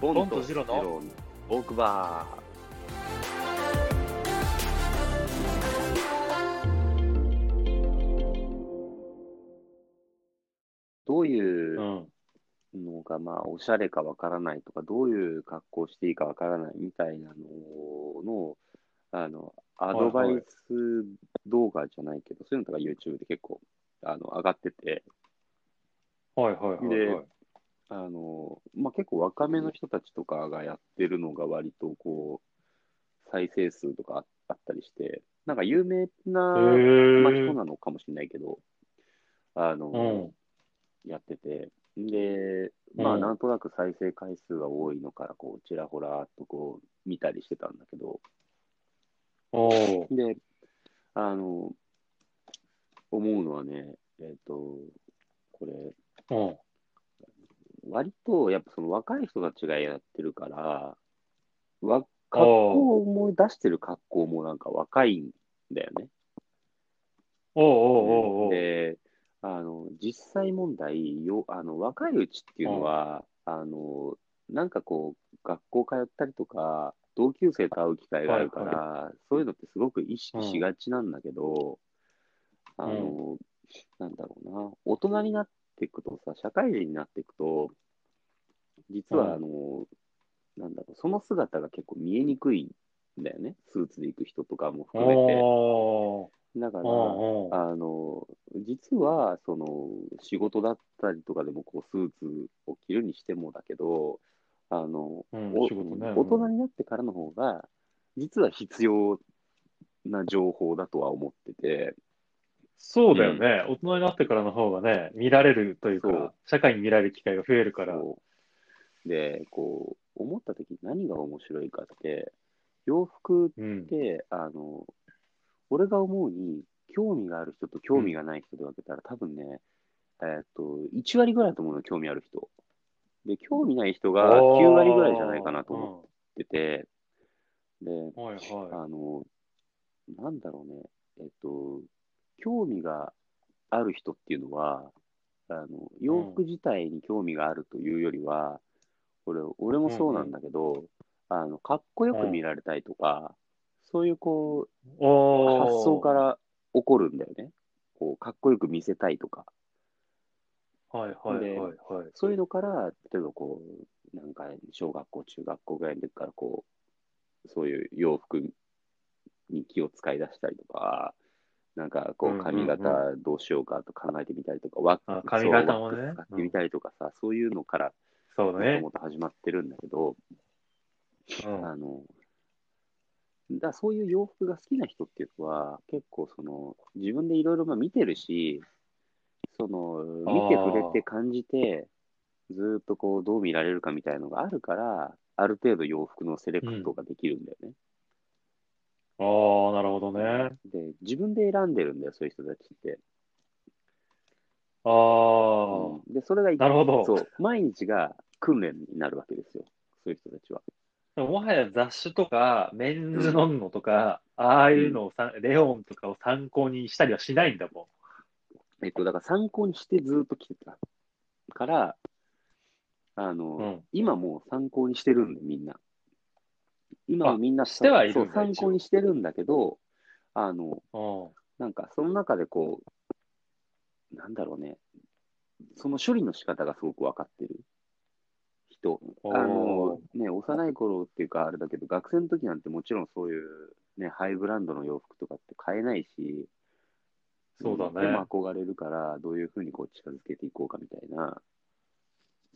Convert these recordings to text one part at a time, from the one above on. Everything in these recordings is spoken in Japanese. ボンとジロの。オークバー。どういううんのが、まあ、おしゃれかわからないとか、どういう格好していいかわからないみたいなのの、あの、アドバイス動画じゃないけど、そういうのとか YouTube で結構、あの、上がってて、はいはいはい、はい。あの、まあ、結構若めの人たちとかがやってるのが割とこう、再生数とかああったりして、なんか有名な、まあ、へ人え。なのかもしれないけど、あの、うん。やってて、で、まうあ、んなんとなく再生回数が多いのから、こう、ちらほらっとこう、見たりしてたんだけど、おお。で、あの、思うのはね、えっと、これ、うん。割と、やっぱその若い人たちがやってるから、わ格好を思い出してる格好もなんか若いんだよね。おおおうおうおう。で、あの、実際問題よ、あの、若いうちっていうのは、あの、なんかこう、学校通ったりとか、同級生と会う機会があるから、そういうのってすごく意識しがちなんだけど、あの、なんだろうな、大人になっていくとさ、社会人になっていくと、実うんは、あの、なんだろう、その姿が結構見えにくいんだよね、スーツで行く人とかも含めて。おだから、お。うんうん。あの実はその仕事だったりとかでもこうスーツを着るにしてもだけどあの、うんお仕事ね大人になってからの方が実は必要な情報だとは思っててそうだよね、大人になってからの方がね、見られるというそうか、社会に見られる機会が増えるから。そうでこう思った時に何が面白いかって洋服っうん。てあの俺が思うに興味がある人と興味がない人で分けたら、多分ね、えーっと1割ぐらいだと思うの興味ある人で興味ない人が9割ぐらいじゃないかなと思ってってでて。はいはあのなんだろうねえーっと興味がある人っていうのはあの洋服自体に興味があるというよりは、俺俺もそうなんだけど、あのかっこよく見られたいとか、そういうこうい。おお。発想か。ら起こるんだよね。こうかっこよく見せたいとか、はいはいはいはい。そういうのから、例えばこう、なんか小学校、中学校ぐらいの時からこう、そういう洋服に気を使い出したりとか、なんかこうんううんうん髪型どうしようかと考えてみたりとか、ワッあクス髪型もねそうワックス使ってみたりとかさ、そういうのからそうもだとね。もと始まってるんだけど、うんあの、だからそういう洋服が好きな人っていうのは、結構その、自分でいろいろまあ見てるし、その、あー見て触れて感じて、ずーっとこう、どう見られるかみたいのがあるから、ある程度洋服のセレクトができるんだよね。ああ、なるほどね。で、自分で選んでるんだよ、そういう人たちって。あうあ、んで、それが一なるほど。そう、毎日が訓練になるわけですよ、そういう人たちは。でももはや雑誌とか、メンズノンノとか、ああいうのをさ、レオンとかを参考にしたりはしないんだもえっと、だから参考にしてずーっと来てたから、あの、ん。うん。今もう参考にしてるんで、みんな。今もみんなしてはいるんだそう参考にしてるんだけど、あの、うん。なんかその中でこう、なんだろうね、その処理の仕方がすごく分かってる人。おーあの、ね、幼い頃っていうかあれだけど、学生の時なんてもちろんそういう、ね、ハイブランドの洋服とかって買えないし、そうだねでも憧れるから、どういうふうにこう近づけていこうかみたいな、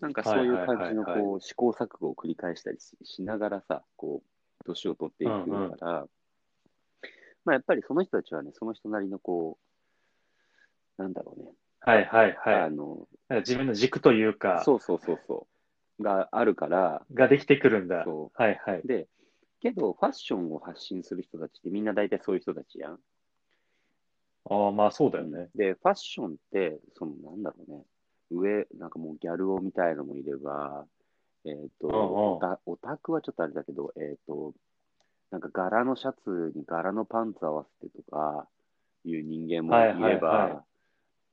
なんかそういう感じのはいはいはいはいこう試行錯誤を繰り返したりししながらさ、こう、年を取っていくから、まあやっぱりその人たちはね、その人なりのこう、なんだろうね、はいはいあはい。の、なんか自分の軸というか、そうそうそうそう、があるから、ができてくるんだ。そはいはい。で、けどファッションを発信する人たちってみんな大体そういう人たちやん。ああ、まあそうだよね。で、ファッションって、そのなんだろうね、上、なんかもうギャル男みたいのもいれば、えっ、と、うんうんオタオタクはちょっとあれだけど、えっ、と、なんか柄のシャツに柄のパンツ合わせてとかいう人間もいれば、はいはいは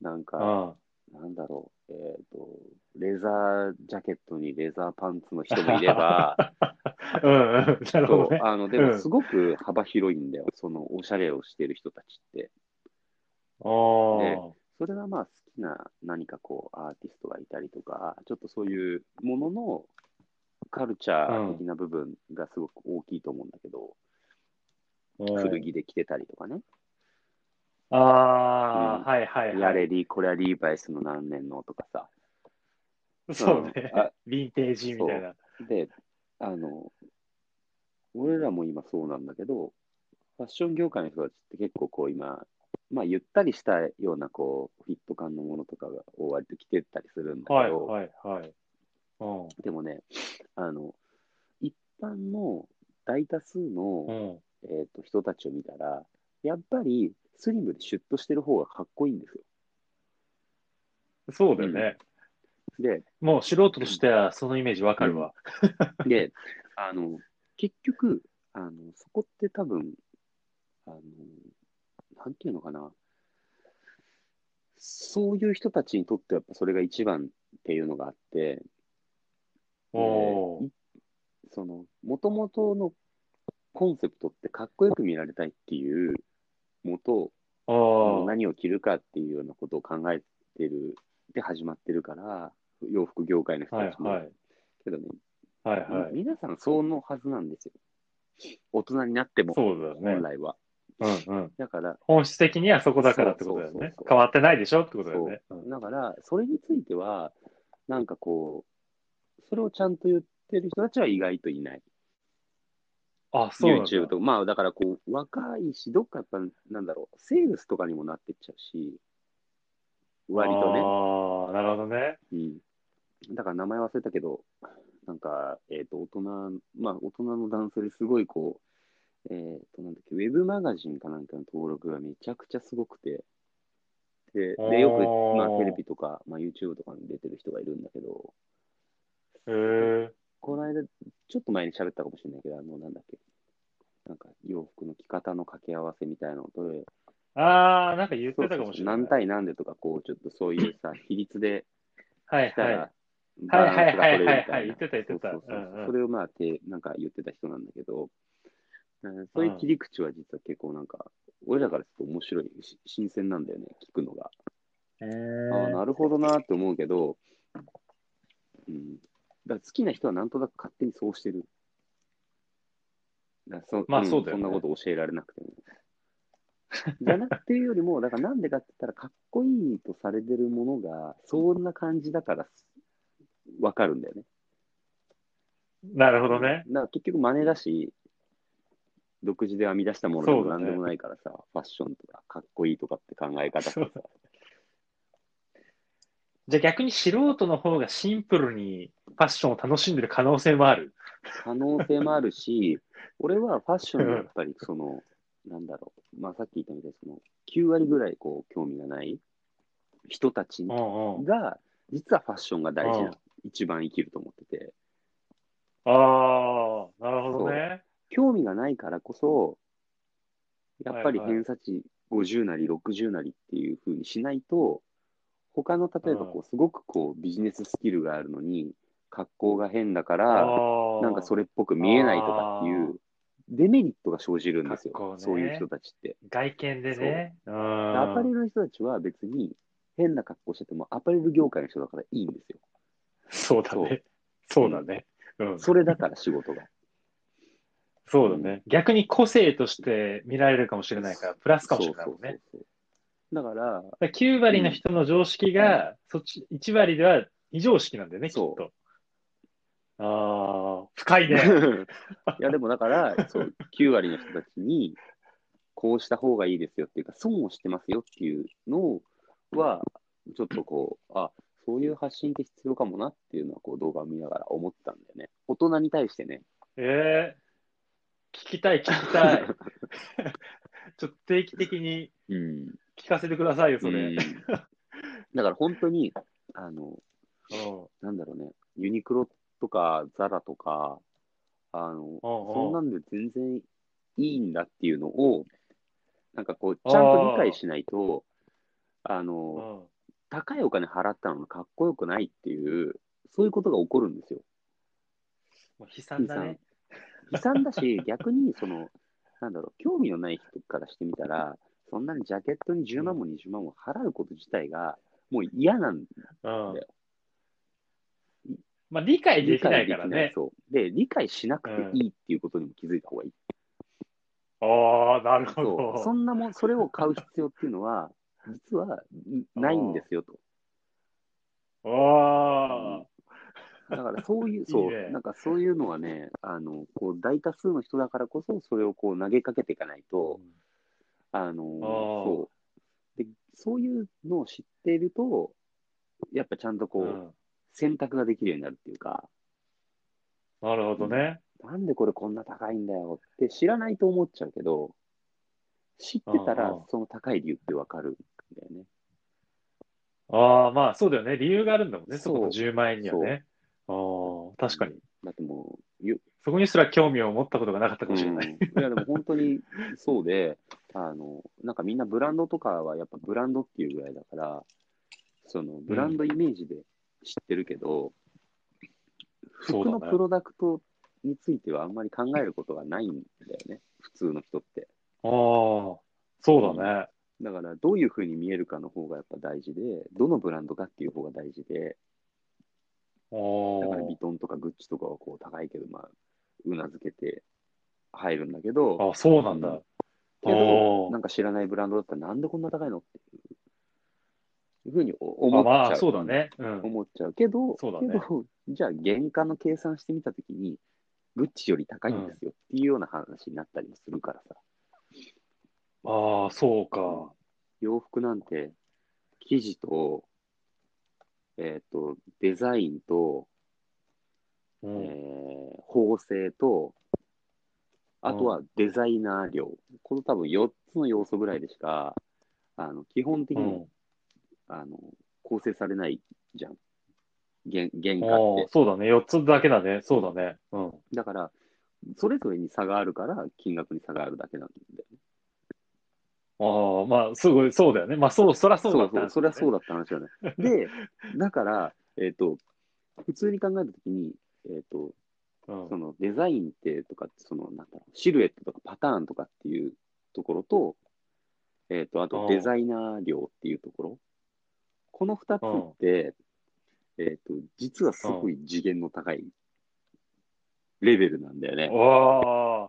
なんうか、ん。なんだろう、えっ、と、レザージャケットにレザーパンツの人もいれば、うんうん、 なるほどそうね。あのでもすごく幅広いんだよ、そのおしゃれをしてる人たちって。あそれがまあ好きな何かこうアーティストがいたりとか、ちょっとそういうもののカルチャー的な部分がすごく大きいと思うんだけど、あ。古着で着てたりとかね、ああ、うんはいはいはい。やれり、これはリーバイスの何年のとかさ。そうね。 んあヴィンテージみたいな。で、あの、俺らも今そうなんだけど、ファッション業界の人たちって結構こう今、まあゆったりしたようなこうフィット感のものとかがを割と着てったりするんだけど、はいはいはい。うん。でもね、あの、一般の大多数の、うん。えー、と人たちを見たら、やっぱりスリムでシュッとしてる方がかっこいいんですよ。そうだよね。で、もう素人としてはそのイメージわかるわ。 で、あの、結局、あの、そこって多分、あの、なんていうのかな。そういう人たちにとってはやっぱそれが一番っていうのがあって、おおー。その、もともとのコンセプトってかっこよく見られたいっていうもと、ああ。何を着るかっていうようなことを考えてる、で始まってるから、洋服業界の人はいたちも。はい。けどね、はいはい。皆さんそうのはずなんですよ。大人になっても、そうだよ本ね。来は。うんうん。だから、本質的にはそこだからってことだよそうそうねそう。変わってないでしょってことだよね。うんだから、それについては、なんかこう、それをちゃんと言ってる人たちは意外といない。あ、そうなんだ。 YouTube とか、まあだからこう、若いし、どっかやっぱ、なんだろう、セールスとかにもなってっちゃうし、割とね。ああ、なるほどね。うん。だから名前忘れたけど、なんか、えっ、と、大人、まあ、大人の男性ですごいこう、えっ、と、なんだっけ、ウェブマガジンかなんかの登録がめちゃくちゃすごくて、で、でよおーく、まあ、テレビとか、まあ、YouTube とかに出てる人がいるんだけど、へえ。この間、ちょっと前に喋ったかもしれないけど、あの、なんだっけ、なんか、洋服の着方の掛け合わせみたいなのと、ああ、なんか言ってそうたそかうもそしうれない。何対何でとか、こう、ちょっとそういう さ、比率で、はいしたはいら。、バランスが取れるみたいなはいはいはいはいはい言ってた言ってたそうそうそううんうんそれをまあて、なんか言ってた人なんだけど、うんそういう切り口は実は結構なんか、俺らからすると面白いし、新鮮なんだよね、聞くのが。へああ、ーなるほどなって思うけど、うん。だから好きな人はなんとなく勝手にそうしてる。だからそまあんそうだよねそんなこと教えられなくても。 じゃなくていうよりも、だからなんでかって言ったら、かっこいいとされてるものが、そんな感じだから、わかるんだよね。なるほどね。だから結局真似だし、独自で編み出したものでそうもだね何でもないからさ、ファッションとかかっこいいとかって考え方そうとかじゃあ逆に素人の方がシンプルにファッションを楽しんでる可能性もある。可能性もある し、俺はファッションにやっぱりその、なんだろう、まあさっき言ったみたいにその、9割ぐらいこう興味がない人たちうんうん。が、実はファッションが大事うんな、一番生きると思ってて、ああ、なるほどね。興味がないからこそ、やっぱりはいはい偏差値50なり60なりっていう風にしないと、他の例えばこう、すごくこうビジネススキルがあるのに、格好が変だから、ああなんかそれっぽく見えないとかっていう、デメリットが生じるんです格好よ、ねそういう人たちって。外見でね。うん。アパレルの人たちは別に変な格好してても、アパレル業界の人だからいいんですよ。そうだね。そうだね。うん。それだから仕 事が。そうだね。逆に個性として見られるかもしれないから、プラスかもしれないもんね。そうそうそうそうだから、だから9割の人の常識が、そっち、1割では非常識なんだよね、きっそうと。ああ、深いね。 いや、でもだから、そう、9割の人たちに、こうした方がいいですよっていうか、損をしてますよっていうのは、ちょっとこう、あ、そういう発信って必要かもなっていうのは、こう、動画を見ながら思ったんだよね。大人に対してね。ええ聞きたい、聞きた い。ちょっと定期的にうん。聞かせてくださいよ、それ。うん だから本当に、あの、うんなんだろうね、ユニクロとか、ザラとか、あの、うんうんそんなんで全然いいんだっていうのを、なんかこう、ちゃんと理解しないと、あの、うん高いお金払ったのにかっこよくないっていう、そういうことが起こるんですよ。もう悲惨だね。悲惨だ し、逆に、その、なんだろう、興味のない人からしてみたら、そんなにジャケットに10万も20万も払うこと自体が、もう嫌なんうんだよ。まあ、理解できないから理解できないね。そう。で、理解しなくていいっていうことにも気づいた方が いい。ああ、なるほそう。そど。んなもん、それを買う必要っていうのは、実はないんですよと。ああ、だからそういう、そう、いいねなんかそういうのはね、あの、こう、大多数の人だからこそ、それをこう投げかけていかないと、あの、そう。で、そういうのを知っていると、やっぱちゃんとこう、うん選択ができるようになるっていうか、なるほどね。なんでこれこんな高いんだよって知らないと思っちゃうけど、知ってたうらんうん、その高い理由ってわかるんだよね。ああ、まあそうだよね。理由があるんだもんね。そそうこの10万円にはね。ああ、確かに。だってもう、よそこにすら興味を持ったことがなかったかもしれなうい。ん、いやでも本当にそうであのなんかみんなブランドとかはやっぱブランドっていうぐらいだからそのブランドイメージで知ってるけど、そ服うだのねプロダクトについてはあんまり考えることがないんだよね普通の人ってああ、そうだね。だからどういうふうに見えるかの方がやっぱ大事でどのブランドかっていう方が大事でだからヴィあトンとかグッチとかはこう高いけどまあうなずけて入るんだけどあ、あそうなんだ。うあんけどお、ーなんか知らないブランドだったら、なんでこんな高いのっていうふうにお思っちゃう。まあそうだね。うん。思っちゃうけど、そうだねけどじゃあ、原価の計算してみたときに、グッチより高いんですよっていうような話になったりもするからさ、ああ、そうか。洋服なんて、生地と、えっ、と、デザインと、えうん。ー縫製と、あとはデザイナー料、この多分4つの要素ぐらいでしか、あの基本的うにん。あの構成されないじゃん。原原あ価っあ、そうだね。4つだけだね。そうだね。うん。て。だから、それぞれに差があるから、金額に差があるだけなんだよね。ああ、まあ、すごい、そうだよね。まあ、そう、そらそうだそった、そりゃそうだ。だった話だね。で、だから、えっ、と、普通に考えたときに、えっ、と、うんそ。のデザインってとか、その、なんだろう、シルエットとかパターンとかっていうところと、えっ、と、あとうんデザイナー量っていうところ。この二つって、えっ、と、実はすごい次元の高いレベルなんだよね。おー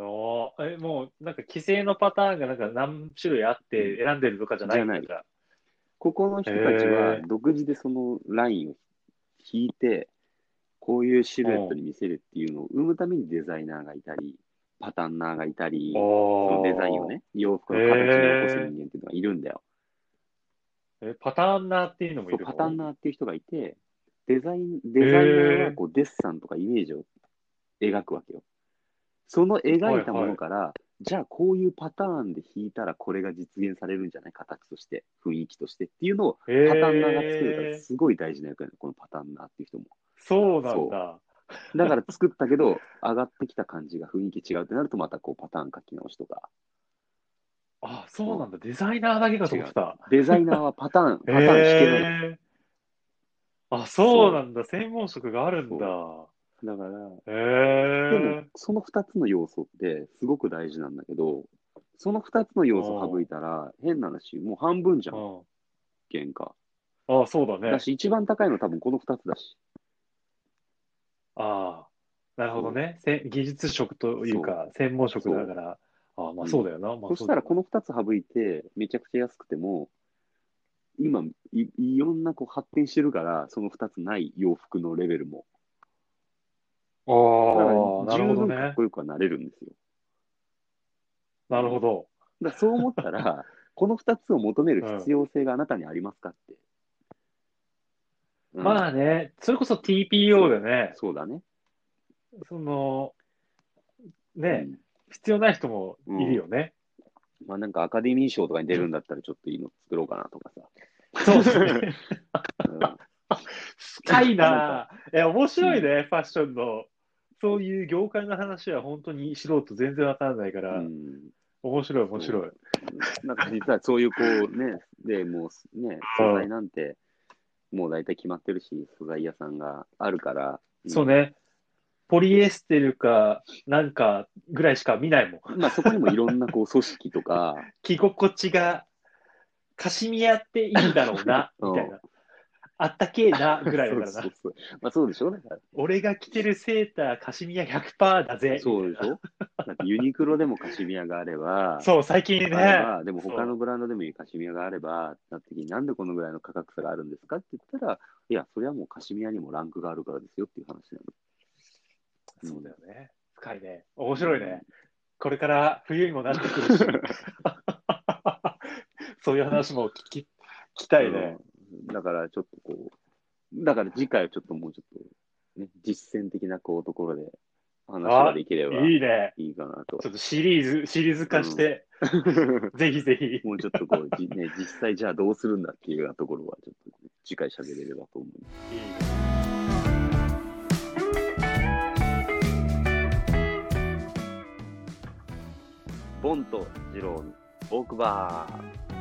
おーえ、もう、なんか規制のパターンがなんか何種類あって選んでるとかじゃないんだじここの人たちはへー独自でそのラインを引いて、こういうシルエットに見せるっていうのを生むためにデザイナーがいたり、パタンナーがいたり、そおのーデザインを。ね、洋服の形に起こす人間っていうのがいるんだよ。え、パターンナーっていうのもいそうるのパタンナーっていう人がいて、デザイン、デザイナーはこうデッサンとかイメージを描くわけよ。その描いたものから、じゃあこういうパターンで弾いたらこれが実現されるんじゃない形として、雰囲気としてっていうのをパタパタンナーが作るから、えー、すごい大事な役なの、このパタンナーっていう人も。そうなんだ。だから作ったけ ど、上がってきた感じが雰囲気違うってなると、またこうパターン書き直しとか。あ、そうなんだ。デザイナーだけかと思ってた。デザイナーはパタ ーン、パターン弾けるの。えー、あ、そうなんだ。専門職があるんだ。だから、えでもー、、その2つの要素ってすごく大事なんだけど、その2つの要素省いたら、変な話、もう半分じゃん、も、原価。うん、あ、そうだねだ。し、一番高いの多分この2つだし。ああ、なるほどね。せ技術職というか、専門職だから。ああ、まうあんそうだよな。まあそしたら、この、の2つ省いて、めちゃくちゃ安くても、今い、いろんなこう発展してるから、その2つない洋服のレベルも。だからああ、な十るほど分ねかっ。こよくはなれるんですよ。なるほど。だからそう思った ら、この2つを求める必要性があなたにありますかって。うんまあね、それこそ TPO でね、そうだね。その、うねん、必要ない人もいる よね。まあなんかアカデミー賞とかに出るんだったらちょっといいの作ろうかなとかさ。そうで すね。 うん深いなぁ。え、面白いね、ファッションの。そういう業界の話は本当に素人全然わからないから、うん面白い面白い。なんか実はそういうこうね、で、もうね、うん素材なんて、もう大体決まってるし、素材屋さんがあるから。そうね。ポリエステルか、なんかぐらいしか見ないもん。まあそこにもいろんなこう組織とか、着心地が、カシミヤっていいんだろうな、 うんみたいな。あったけえな、 ぐらいだからそうなそう。そうまあそうでしょだから俺が着てるセーター、カシミヤ100%だぜ。そうでしょだってユニクロでもカシミヤがあれ ば、そう、最近あれね。ばでも他のブランドでもいいカシミヤがあれば、なった時になんでこのぐらいの価格差があるんですかって言ったら、いや、それはもうカシミヤにもランクがあるからですよっていう話なうんそうだよね。深いね。面白いね。これから冬にもなってくるし。 そういう話も聞き、聞きたいね。うんだからちょっとこう、だから次回はちょっともうちょっと、ね、実践的なこうところで話ができればいいね。いいかなとちょ。っとシリーズ、シリーズ化して、ぜひぜ ひ。もうちょっとこう、じね、 実際じゃあどうするんだっていうようなところは、ちょっと、ね、次回喋れればと思います。ボンとジローのオークバー。